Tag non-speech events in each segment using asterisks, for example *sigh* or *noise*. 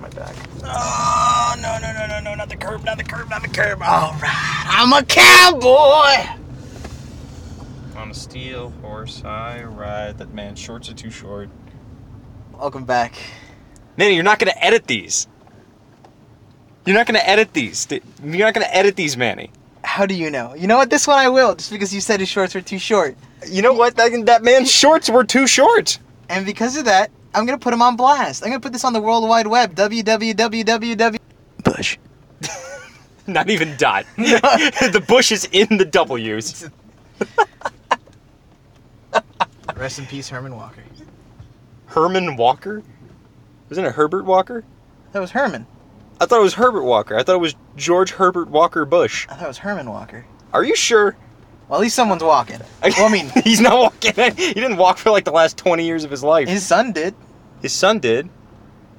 my back. Oh, no, no, no, no, no, not the curb, not the curb, not the curb. All right, I'm a cowboy. On a steel horse I ride. That man's shorts are too short. Welcome back. Nanny, you're not gonna edit these. You're not gonna edit these. Th- You're not gonna edit these, Manny. How do you know? You know what? This one I will, just because you said his shorts were too short. You know what? That, that man's shorts were too short. And because of that, I'm gonna put him on blast. I'm gonna put this on the World Wide Web. www. Bush. *laughs* Not even dot. *laughs* the bush is in the W's. Rest in peace, Herman Walker. Herman Walker? Wasn't it Herbert Walker? That was Herman. I thought it was Herbert Walker. I thought it was George Herbert Walker Bush. I thought it was Herman Walker. Are you sure? Well, at least someone's walking. Well, I mean, *laughs* he's not walking. He didn't walk for like the last 20 years of his life. His, his son did. son did.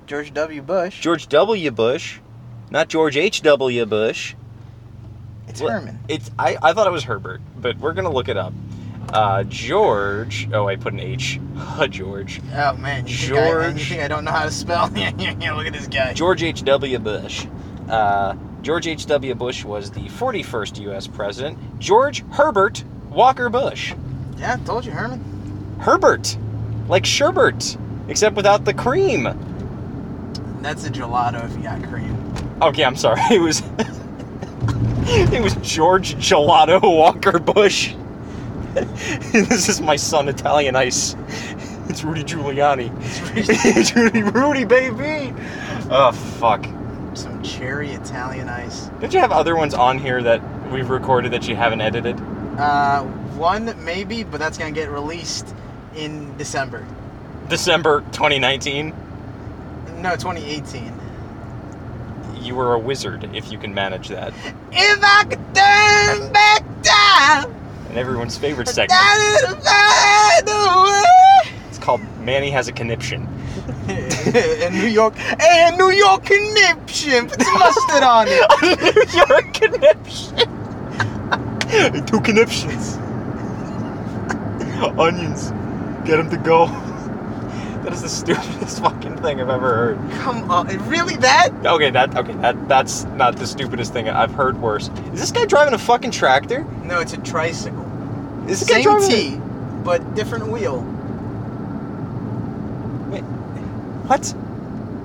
George W. Bush. George W. Bush, not George H.W. Bush. it's Well, Herman. It's I, I thought it was Herbert, but we're going to look it up. Uh, George. Oh, I put an H. *laughs* George. Oh man, you think I, you George- think I don't know how to spell? *laughs* Yeah, yeah, yeah, Look at this guy. George H.W. Bush. Uh, George H.W. Bush was the 41st U.S. president. George Herbert Walker Bush. Yeah, told you, Herman. Herbert! Like Sherbert, except without the cream. That's a gelato if you got *laughs* cream. Okay, I'm sorry. It was. it was George Gelato Walker Bush. *laughs* this is my son, Italian Ice. It's Rudy Giuliani. *laughs* it's Rudy, Rudy, baby! Oh, fuck. Some cherry Italian ice. Don't you have other ones on here that we've recorded that you haven't edited? Uh, one maybe, but that's gonna get released in December. December 2019, No, 2018. you were a wizard if you can manage that. If I could turn back time, And everyone's favorite segment. that is It's called Manny Has a Conniption. *laughs* in New York, and New York conniption. Put some mustard *laughs* on it. You're a conniption. *laughs* Two conniptions. *laughs* Onions. Get him to go. *laughs* That is the stupidest *laughs* fucking thing I've ever heard. Come on, really that? Okay, that okay, that that's not the stupidest thing I've heard worse. Is this guy driving a fucking tractor? No, it's a tricycle. Is this guy Same driving a- T, but different wheel. Wait, what?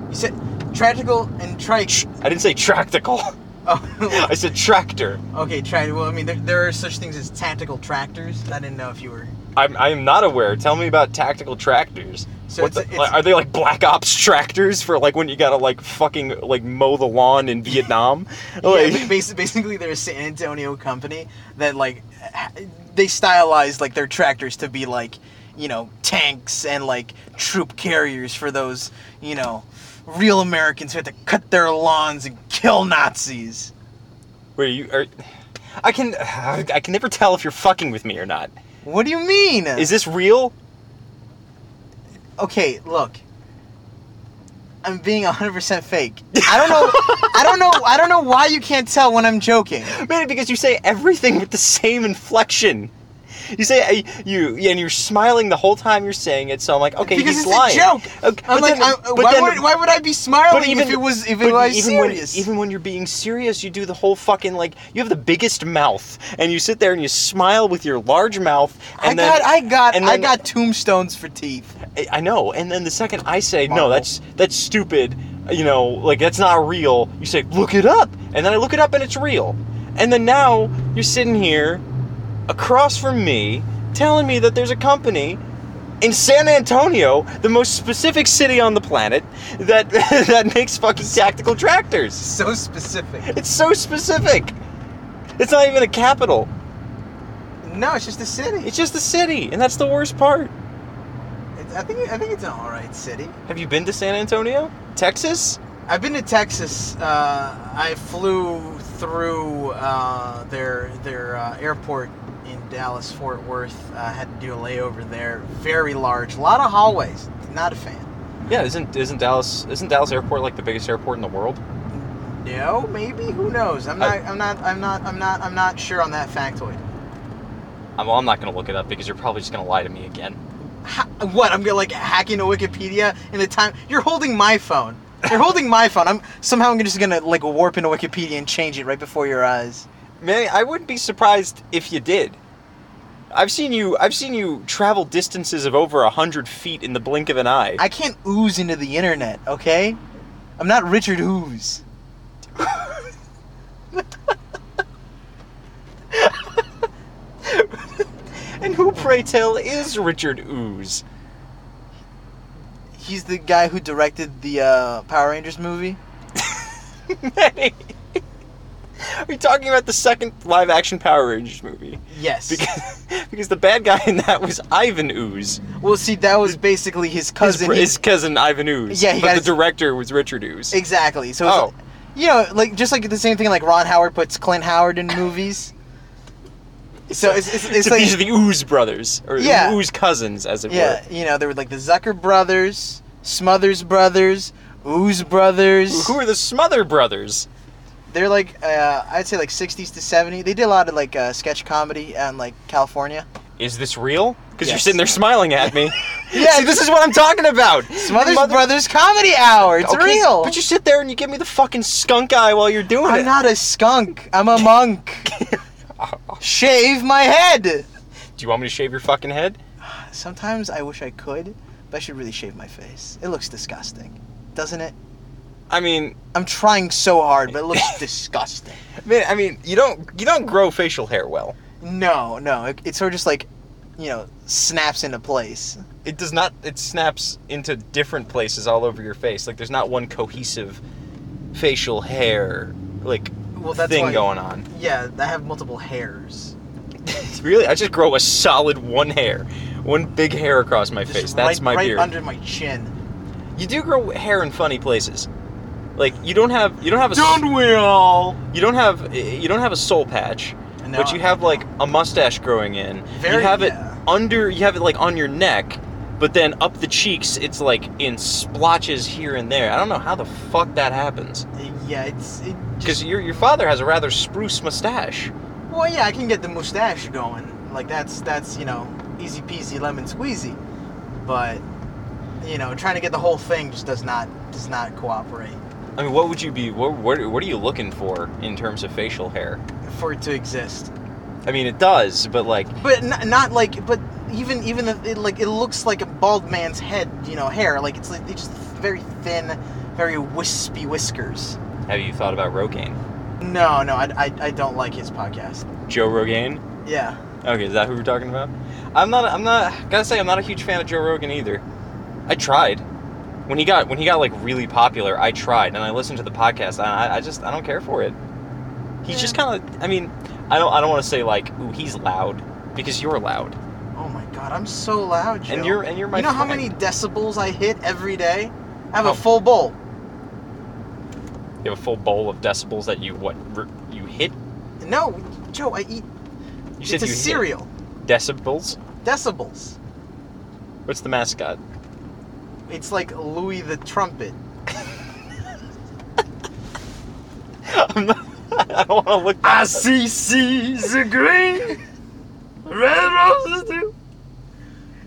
You said tragical and trite. Sh- I didn't say tractical. *laughs* Oh, *laughs* I said tractor. okay, trite. Well, I mean, there, there are such things as tactical tractors. I didn't know if you were. I'm, I am not aware. Tell me about tactical tractors. So What it's- the- it's- like, are they like black ops tractors for like when you gotta like fucking like mow the lawn in Vietnam? *laughs* Like, yeah, basically, basically, they're a San Antonio company that like ha- they stylized like their tractors to be like you know tanks and like troop carriers for those you know real Americans who had to cut their lawns and kill Nazis. where you are? I can I can never tell if you're fucking with me or not. What do you mean? Is this real? okay, look. I'm being 100% fake. I don't know I don't know I don't know why you can't tell when I'm joking. Maybe because you say everything with the same inflection. You say uh, you yeah, and you're smiling the whole time you're saying it. So I'm like, okay, because he's it's lying. a joke. Okay, I'm but like then- I, but why, then- would, why would I be smiling But even if it was if but it was even serious? When, even when you're being serious, you do the whole fucking like you have the biggest mouth, and you sit there and you smile with your large mouth. And I then, got I got and I then- got tombstones for teeth. I- I know. And then the second I say no, Marvel. that's that's stupid. You know, like that's not real. You say look it up, and then I look it up and it's real. And then now you're sitting here across from me, telling me that there's a company in San Antonio, the most specific city on the planet, that *laughs* that makes fucking tactical tractors. So specific. It's so specific. It's not even a capital. No, it's just a city. It's just a city, and that's the worst part. It's- I think I think it's an all right city. Have you been to San Antonio, Texas? I've been to Texas. Uh, I flew through uh, their their uh, airport in Dallas Fort Worth. I had to do a layover there. Very large, a lot of hallways. Not a fan. Yeah, isn't isn't Dallas isn't Dallas Airport like the biggest airport in the world? No, maybe who knows? I'm not. I'm not. I'm not. I'm not. I'm not sure on that factoid. I'm, well, I'm not gonna look it up because you're probably just gonna lie to me again. Ha- what? I'm gonna like hack into Wikipedia in the time you're holding my phone. You're holding my phone. I'm somehow I'm just gonna like warp into Wikipedia and change it right before your eyes. Man, I wouldn't be surprised if you did. I've seen you. I've seen you travel distances of over a hundred feet in the blink of an eye. I can't ooze into the internet, okay? I'm not Richard Ooze. and who, pray tell, is Richard *laughs* Ooze? *laughs* He's the guy who directed the uh, Power Rangers movie. Manny, are you talking about the second live-action Power Rangers movie? Yes. Because, *laughs* because the bad guy in that was Ivan Ooze. well, see, that was basically his His, cousin. br- He- his cousin Ivan Ooze. Yeah, he but got the his- director was Richard Ooze. exactly. So, it's Oh. like- you know, like just like the same thing, like Ron Howard puts Clint Howard in movies. So it's it's, it's So like these are the Ooze brothers, or Yeah. Ooze cousins, as it yeah, you know, there were like the Zucker brothers, Smothers brothers, Ooze were. brothers. Who are the Smother brothers? They're like uh, I'd say like 60s to 70s. They did a lot of like uh, sketch comedy out in like California. Is this real? Because you're Yes. sitting there smiling *laughs* at me. Yeah. See, this is what I'm talking about. Smothers Mother- Brothers Comedy Hour. It's Okay, real. But you sit there and you give me the fucking skunk eye while you're doing it. I'm not a skunk. I'm a monk. *laughs* Shave my head. Do you want me to shave your fucking head? Sometimes I wish I could, but I should really shave my face. It looks disgusting, doesn't it? I mean, I'm trying so hard, but it *laughs* looks disgusting. man, I mean, you don't you don't grow facial hair well. No, no. It, it sort of just like, you know, snaps into place. It does not. It snaps into different places all over your face. Like there's not one cohesive facial hair like Well, that's thing why- going on. Yeah, I have multiple *laughs* hairs. really, I just grow a solid one hair, one big hair across my Just face. That's right, my right beard. under my chin. You do grow hair in funny places. Like you don't have you don't have a s- we all? you don't have you don't have a soul patch, No. but you have like a mustache growing in. Very- you have it yeah. under you have it like on your neck, but then up the cheeks it's like in splotches here and there. I don't know how the fuck that happens. Yeah, it's. It just, Because your your father has a rather spruce mustache. well, yeah, I can get the mustache going. Like that's that's you know easy peasy lemon squeezy, but you know trying to get the whole thing just does not does not cooperate I mean, what would you be? What, what what are you looking for in terms of facial hair? for it to exist. I mean, it does, but like But n- not like but even even the, it, like it looks like a bald man's head you know hair like it's like it's just very thin, very wispy whiskers. Have you thought about Rogaine? No, no, I, I, I don't like his podcast. Joe Rogaine? Yeah. Okay, is that who we're talking about? I'm not. I'm not. Gotta say, I'm not a huge fan of Joe Rogan either. I tried when he got when he got like really popular. I tried and I listened to the podcast and I, I just I don't care for it. He's just kind of. I mean, I don't. I don't want to say like, ooh, he's loud because you're loud. Oh my god, I'm so loud, Joe. And you're- and you're my You know how friend. many decibels I hit every day? I have Oh. a full bowl. You have a full bowl of decibels that you what r- you hit. No, Joe, I eat. You said it's a you hit cereal. decibels. Decibels. What's the mascot? *laughs* It's like Louis the Trumpet. I'm not, I don't want to look. Ah, that up. seas are green. red roses too.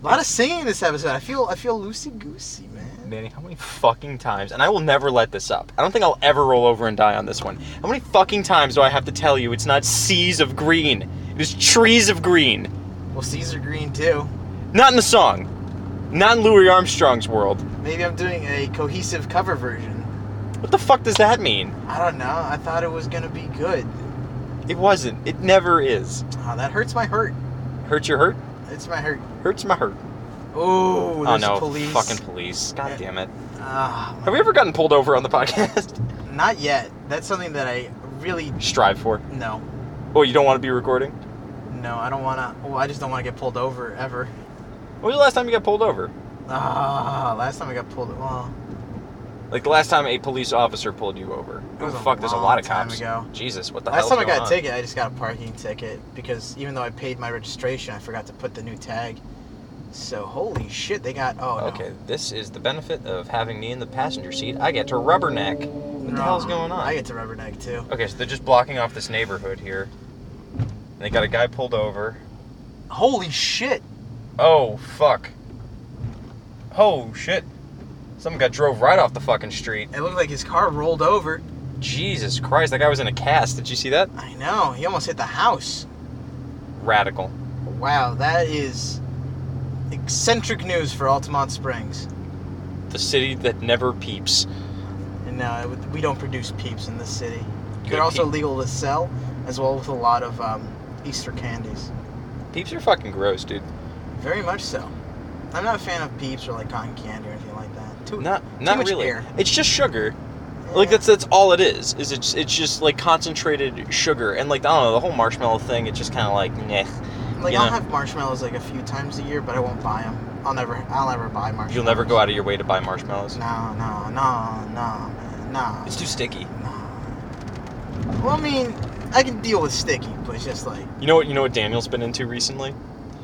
A lot of singing this episode. I feel I feel loosey goosey, man. Manny, how many fucking times, and I will never let this up. I don't think I'll ever roll over and die on this one. How many fucking times do I have to tell you it's not seas of green? It is trees of green. Well, seas are green too. Not in the song. Not in Louis Armstrong's world. Maybe I'm doing a cohesive cover version. What the fuck does that mean? I don't know. I thought it was gonna be good. It wasn't. It never is. Oh, that hurts my hurt. Hurts your hurt? It's my hurt. Hurts my hurt. Oh, oh there's no. police. Fucking police. God Yeah. damn it. Ah, Have we ever gotten pulled over on the *laughs* podcast? not yet. That's something that I really Strive for. no, Oh, you don't want to be recording? no. I don't wanna. Well, I just don't wanna get pulled over ever. When was the last time you got pulled over? Ah, last time I got pulled. Well, Like the last time a police officer pulled you over. It was oh a fuck, there's a long lot of time cops. ago. Jesus, what the hell? last time I got a ticket, I just got a parking ticket because even though I paid my registration, I forgot to put the new tag. So holy shit, they got. Oh no. Okay, this is the benefit of having me in the passenger seat. I get to rubberneck. What the hell's Ah, going on? I get to rubberneck too. Okay, so they're just blocking off this neighborhood here. And They got a guy pulled over. Holy shit. Oh fuck. Oh shit. Some guy drove right off the fucking street. It looked like his car rolled over. Jesus Christ, that guy was in a cast. Did you see that? I know. He almost hit the house. Radical. Wow, that is eccentric news for Altamont Springs. The city that never peeps. And no, it would- we don't produce peeps in this city. Good They're also peep- legal to sell, as well with a lot of um, Easter candies. peeps are fucking gross, dude. Very much so. I'm not a fan of peeps or like cotton candy or anything like that. Too, eh, Not not much really. air. It's just sugar. Like that's that's all it is. Is it's it's just like concentrated sugar and like I don't know the whole marshmallow thing. It's just kind of like meh. Like you I'll know. have marshmallows like a few times a year, but I won't buy them. I'll never, I'll never buy marshmallows. You'll never go out of your way to buy marshmallows. No, no, no, no, man, no. It's too sticky. no. Well, I mean, I can deal with sticky, but it's just like You know what? You know what Daniel's been into recently?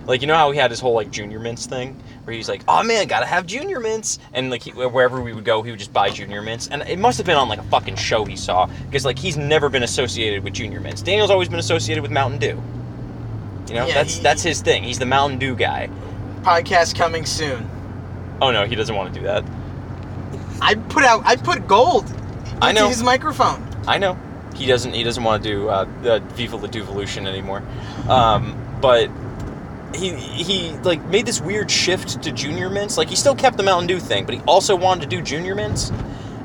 Like you know how he had his whole like junior mints thing, where he's like, "Oh man, gotta have junior mints," and like he, wherever we would go, he would just buy junior mints, and it must have been on like a fucking show he saw, because like he's never been associated with junior mints. Daniel's always been associated with Mountain Dew. You know, Yeah, that's he- that's his thing. He's the Mountain Dew guy. podcast coming soon. Oh no, he doesn't want to do that. I put out, I put gold I into know. his microphone. I know. He doesn't. He doesn't want to do uh, uh, Viva la Duvolution anymore. Um, but he he like made this weird shift to junior mints. Like he still kept the Mountain Dew thing, but he also wanted to do junior mints,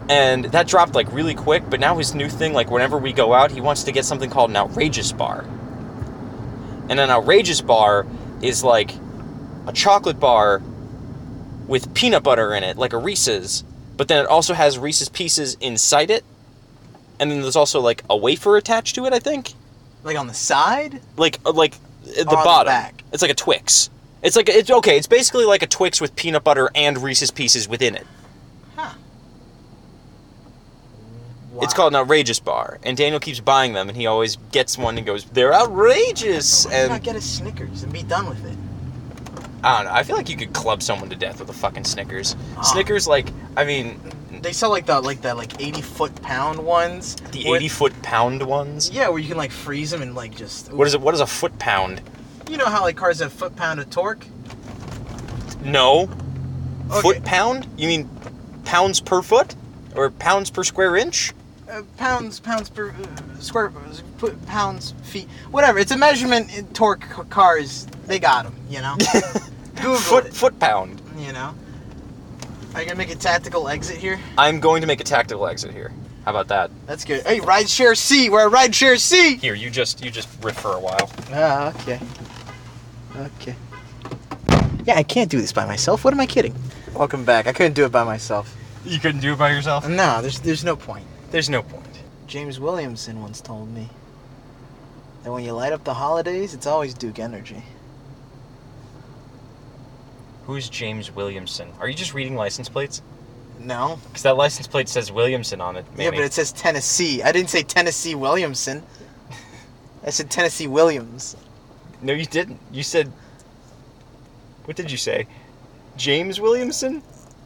and that dropped like really quick. But now his new thing, like whenever we go out, he wants to get something called an outrageous bar. And an outrageous bar is like a chocolate bar with peanut butter in it, like a Reese's, but then it also has Reese's pieces inside it and then there's also like a wafer attached to it. I think Like on the side? like uh, like at the On the bottom. back. It's like a Twix. It's like it's okay. It's basically like a Twix with peanut butter and Reese's Pieces within it. Huh. It's Wow. called an outrageous bar, and Daniel keeps buying them, and he always gets one and goes, "They're outrageous!" Why And not get a Snickers and be done with it? I don't know. I feel like you could club someone to death with a *gasps* fucking Snickers. Ah. Snickers, like I mean, They sell like the like the like eighty foot pound ones. the where- eighty-foot pound ones. Yeah, where you can like freeze them and like just. What is it? What is a foot pound? You know how like cars have foot pound of torque? No. Okay. Foot pound? You mean pounds per foot? Or pounds per square inch? Uh, pounds, pounds per uh, square, foot, pounds, feet, whatever. It's a measurement in torque c- cars. They got them, you *laughs* know. Google Foot it, foot pound. you know. Are you gonna make a tactical exit here? I'm going to make a tactical exit here. How about that? That's good. Hey, rideshare C. We're at rideshare C. Here, you just you just riff for a while. Ah, okay. Okay. Yeah, I can't do this by myself. What am I kidding? Welcome back. I couldn't do it by myself. You couldn't do it by yourself? No, there's there's no point. There's no point. James Williamson once told me that when you light up the holidays, it's always Duke Energy. Who's James Williamson? Are you just reading license plates? No. Because that license plate says Williamson on it. Yeah, Manny. but it says Tennessee. I didn't say Tennessee Williamson. I said Tennessee Williams. No, you didn't. You said. What did you say? James Williamson?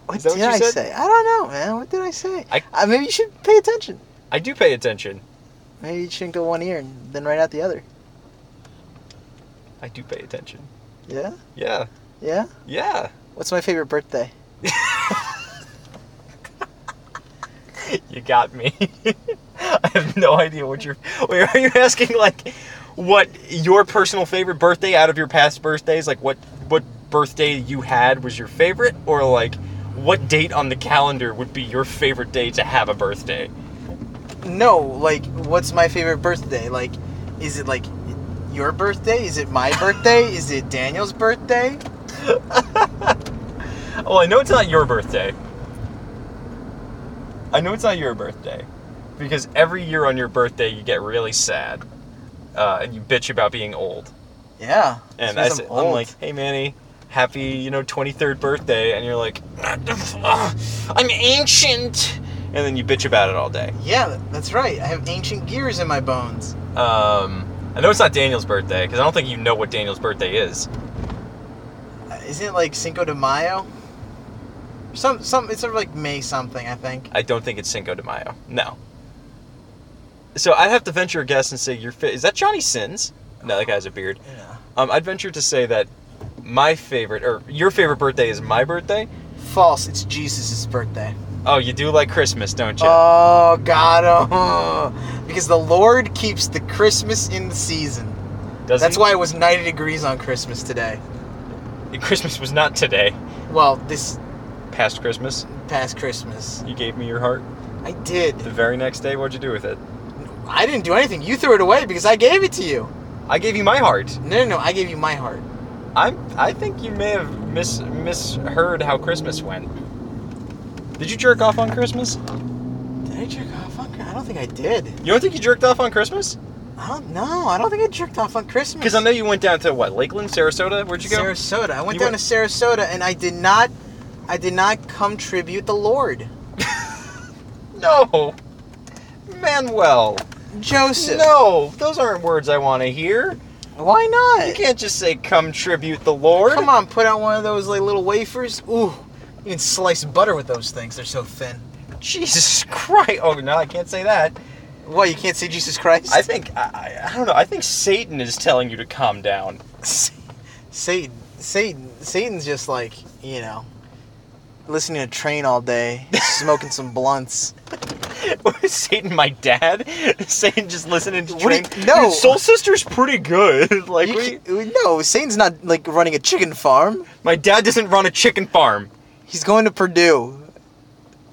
What Is that did what I you said? say? I don't know, man. What did I say? I- Uh, maybe you should pay attention. I do pay attention. Maybe you shouldn't go one ear and then right out the other. I do pay attention. Yeah? Yeah. Yeah? Yeah. What's my favorite birthday? You got me. *laughs* I have no idea what you're. *laughs* Wait, are you asking like what your personal favorite birthday out of your past birthdays? Like what what birthday you had was your favorite, or like what date on the calendar would be your favorite day to have a birthday? No, like, what's my favorite birthday? Like, is it like your birthday? Is it my birthday? Is it Daniel's birthday? Well, I know it's not your birthday. I know it's not your birthday because every year on your birthday you get really sad uh, and you bitch about being old. Yeah. And I that's said, I'm like, hey Manny, happy you know 23rd birthday, and you're like, "Ugh, I'm ancient, and then you bitch about it all day. yeah, th- that's right. I have ancient gears in my bones. Um, I know it's not Daniel's birthday because I don't think you know what Daniel's birthday is. Uh, Isn't it like Cinco de Mayo? Some, some, it's sort of like May something, I think. I don't think it's Cinco de Mayo. No. So I'd have to venture a guess and say your fa- is that Johnny Sins? No, that guy has a beard. Yeah. Um, I'd venture to say that my favorite or your favorite birthday is my birthday, False. It's Jesus' birthday. Oh, you do like Christmas, don't you? Oh, got him. *laughs* Because the Lord keeps the Christmas in the season. Doesn't That's why it was 90 degrees on Christmas today. Christmas was not today. Well, this Past Christmas, past Christmas. you gave me your heart. I did. The very next day, what'd you do with it? I didn't do anything. You threw it away because I gave it to you. I gave you my heart. No, no, no. I gave you my heart. I'm. I think you may have mis misheard how Christmas went. Did you jerk off on Christmas? Did I jerk off on Chri- I don't think I did. You don't think you jerked off on Christmas? I don't know. I don't think I jerked off on Christmas. Because I know you went down to what Lakeland, Sarasota. Where'd you go? Sarasota. I went You down went- to Sarasota and I did not I did not come tribute the Lord. no, Manuel. Joseph. No, those aren't words I want to hear. Why You not? can't just say "come tribute the Lord." Come on, put out one of those like little wafers. Ooh. You can slice butter with those things. They're so thin. Jesus Christ! Oh no, I can't say that. What, you can't say Jesus Christ? I think I, I, I don't know. I think Satan is telling you to calm down. *laughs* Satan Satan Satan's just like, you know, listening to train all *laughs* day, smoking some blunts. *laughs* Satan, my dad. *laughs* Satan just listening to What do train. you- no. Dude, Soul Sister's pretty good. *laughs* like You we, can't- uh, no, Satan's not like running a chicken farm. my dad doesn't run a chicken farm. He's going to Purdue.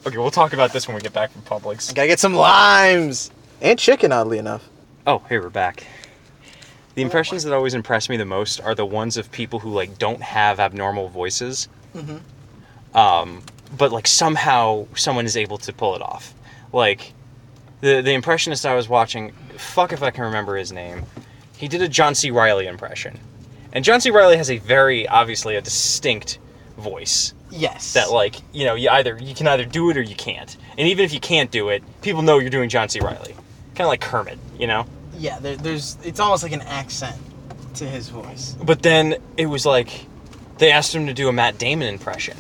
Okay, we'll talk about this when we get back from Publix. Gotta get some limes and chicken, oddly enough. Oh, hey, we're back. The impressions that always impress me the most are the ones of people who like don't have abnormal voices, um, but like somehow someone is able to pull it off. Like the the impressionist I was watching, fuck if I can remember his name. He did a John C. Riley impression, and John C. Riley has a very obviously a distinct voice Yes. that like you know you either you can either do it or you can't, and even if you can't do it, people know you're doing John C. Riley, kind of like Kermit, you know. yeah, there, there's. It's almost like an accent to his voice. But then it was like they asked him to do a Matt Damon impression,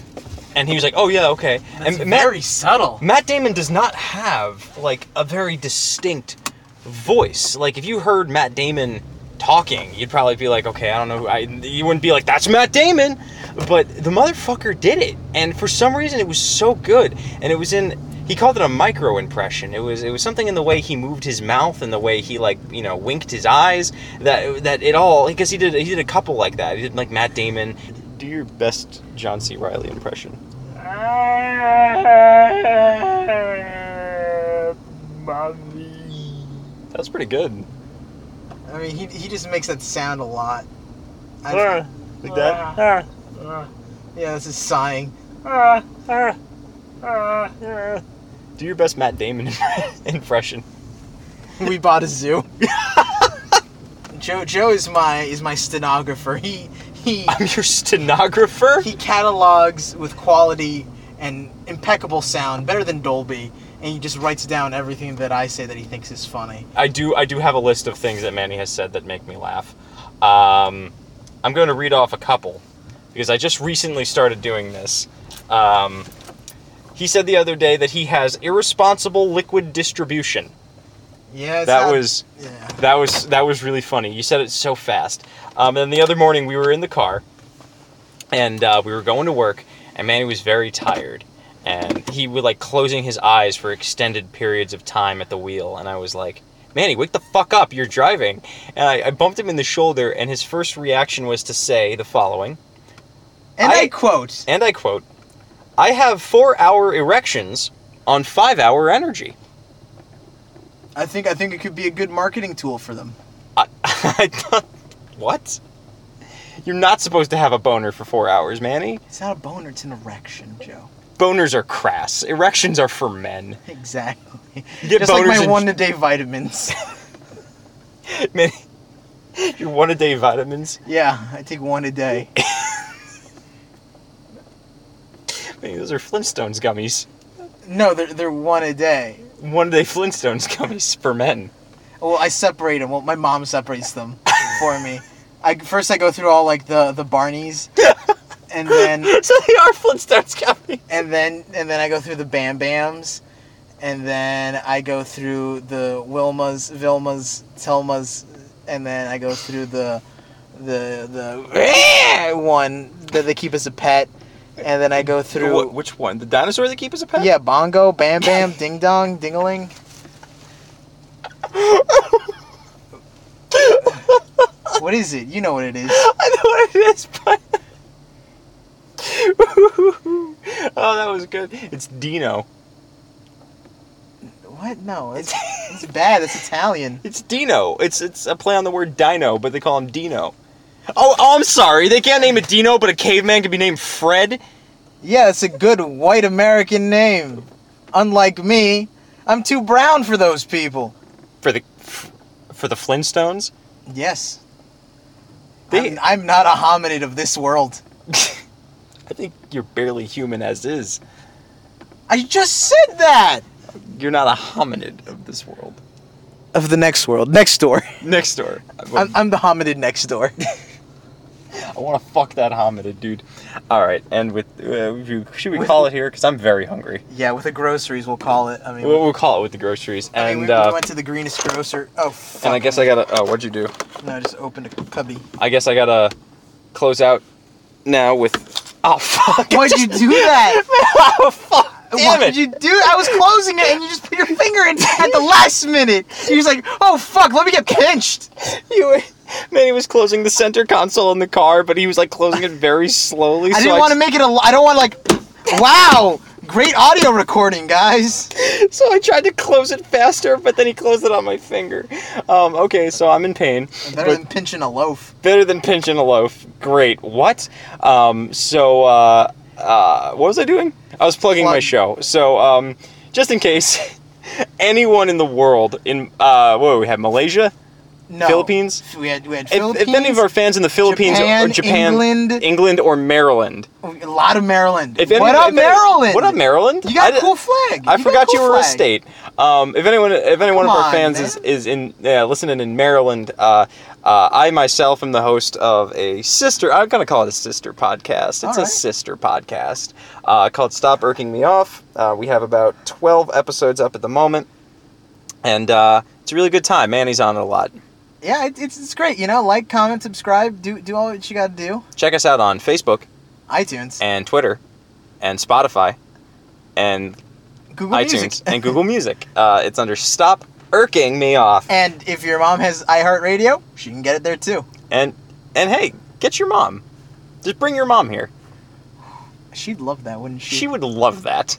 and he was like, "Oh yeah, okay." It's and Matt very *laughs* subtle. Matt Damon does not have like a very distinct voice. Like if you heard Matt Damon talking, you'd probably be like, "Okay, I don't know." Who I you wouldn't be like, "That's Matt Damon," but the motherfucker did it, and for some reason it was so good, and it was in. He called it a micro impression. It was it was something in the way he moved his mouth and the way he like you know winked his eyes that that it all because he did he did a couple like that. He did like Matt Damon. Do your best John C. Riley impression. That was pretty good. I mean, he, he just makes that sound a lot. I- Like that? *laughs* yeah, this is sighing. Do your best Matt Damon *laughs* impression. *laughs* We bought a zoo. *laughs* Joe Joe is my is my stenographer. He he I'm your stenographer? he catalogs with quality and impeccable sound, better than Dolby, and he just writes down everything that I say that he thinks is funny. I do I do have a list of things that Manny has said that make me laugh. Um, I'm going to read off a couple because I just recently started doing this. Um, he said the other day that he has irresponsible liquid distribution. Yeah, it's That not- was yeah. That was that was really funny. You said it so fast. Um, and the other morning we were in the car, and uh, we were going to work, and Manny was very tired, and he would like closing his eyes for extended periods of time at the wheel, and I was like. Manny, wake the fuck up! You're driving, and I, I bumped him in the shoulder, and his first reaction was to say the following, And I, I- quote, and I quote, "I have four-hour erections on five-hour energy." I think I think it could be a good marketing tool for them. I, *laughs* I thought, what? You're not supposed to have a boner for four hours, Manny. It's not a boner, it's an erection, Joe. Boners are crass. Erections are for men. *laughs* *laughs* Exactly. get Just like boners my in- one a day vitamins. *laughs* Manny, your one a day vitamins. yeah, I take one a *laughs* day. Manny, those are Flintstones gummies. No, they're, they're one a day. One a day Flintstones *laughs* gummies for men. Well, I separate them. Well, my mom separates them for me. I first I go through all like the the *laughs* Barneys, and then So they are Flintstones *laughs* gummies. and then and then I go through the Bam Bams, and then I go through the Wilmas, Vilmas, Telmas, and then I go *laughs* through the the the one that they keep as a pet, and then I go through. What, which one? The dinosaur they keep as a pet? Yeah, bongo, *laughs* bam, bam, ding dong, dingaling. what is it? You know what it is. *laughs* I know what it is, but. *laughs* oh, that was good. It's Dino. *laughs* What? No, it's it's bad. It's Italian. It's Dino. It's it's a play on the word dino, but they call him Dino. Oh, oh I'm sorry. They can't name it Dino, but a caveman can be named Fred. Yeah, it's a good white American name. Unlike me, I'm too brown for those people. for the for the Flintstones. *laughs* Yes. They- I'm, I'm not a hominid of this world. I think you're barely human as is. I just said that. You're not a hominid of this world. Of the next world, next door. Next door. *laughs* I, I'm, I'm the hominid next door. want to fuck that hominid, dude. All right, and with uh, you- should we call it here? Because I'm very hungry. *laughs* yeah, with the groceries, we'll call it. I mean, We'll, we'll call it with the groceries. I mean, And we, we uh, went to the greenest grocer. Oh, fuck. and I guess I gotta. Oh, what'd you do? No, I just opened a cubby. I guess I gotta close out now with. Oh fuck! I Why'd *laughs* just- you do *laughs* that? oh fuck! Why Damn did it! you do? I was closing it, and you just put your finger in at the last minute. You're just like, "Oh fuck, let me get pinched." *laughs* You were, man, he was closing the center console in the car, but he was like closing it very slowly. I so didn't want to make it a. I don't want like, wow, great audio recording, guys. make. *laughs* So I tried to close it faster, but then he closed it on my finger. Um, okay, so I'm in pain. Better Better, than pinching a loaf. better than pinching a loaf. Great. What? Um, so uh, uh, what was I doing? I was plugging my Plug. show. So um, just in case *laughs* anyone in the world in uh, what do we have Malaysia. No. Philippines? We had we had If, Philippines. if any of our fans in the Philippines or Japan, Japan, England. England or Maryland, a lot of Maryland. If any- what up, if any- Maryland? What up, Maryland? You got I a di- cool flag. I got forgot cool you were a flag. state. Um, if anyone, if any one of Come our on, fans man. is, is in uh, listening in Maryland, uh, uh, I myself am the host of a sister. I'm gonna call it a sister podcast. It's All a right. sister podcast uh, called "Stop Irking Me Off." Uh, we have about twelve episodes up at the moment, and uh, it's a really good time. Manny's on it a lot. Yeah, it, it's it's great. You know, like, comment, subscribe, do do all what you got to do. Check us out on Facebook iTunes, and Twitter, and Spotify, and Google iTunes Music. and Google Music. Uh, it's under "Stop Irking Me *laughs* Off." And if your mom has iHeartRadio, she can get it there too. And and hey, get your mom. Just bring your mom here. She'd love that, wouldn't she? She would love that.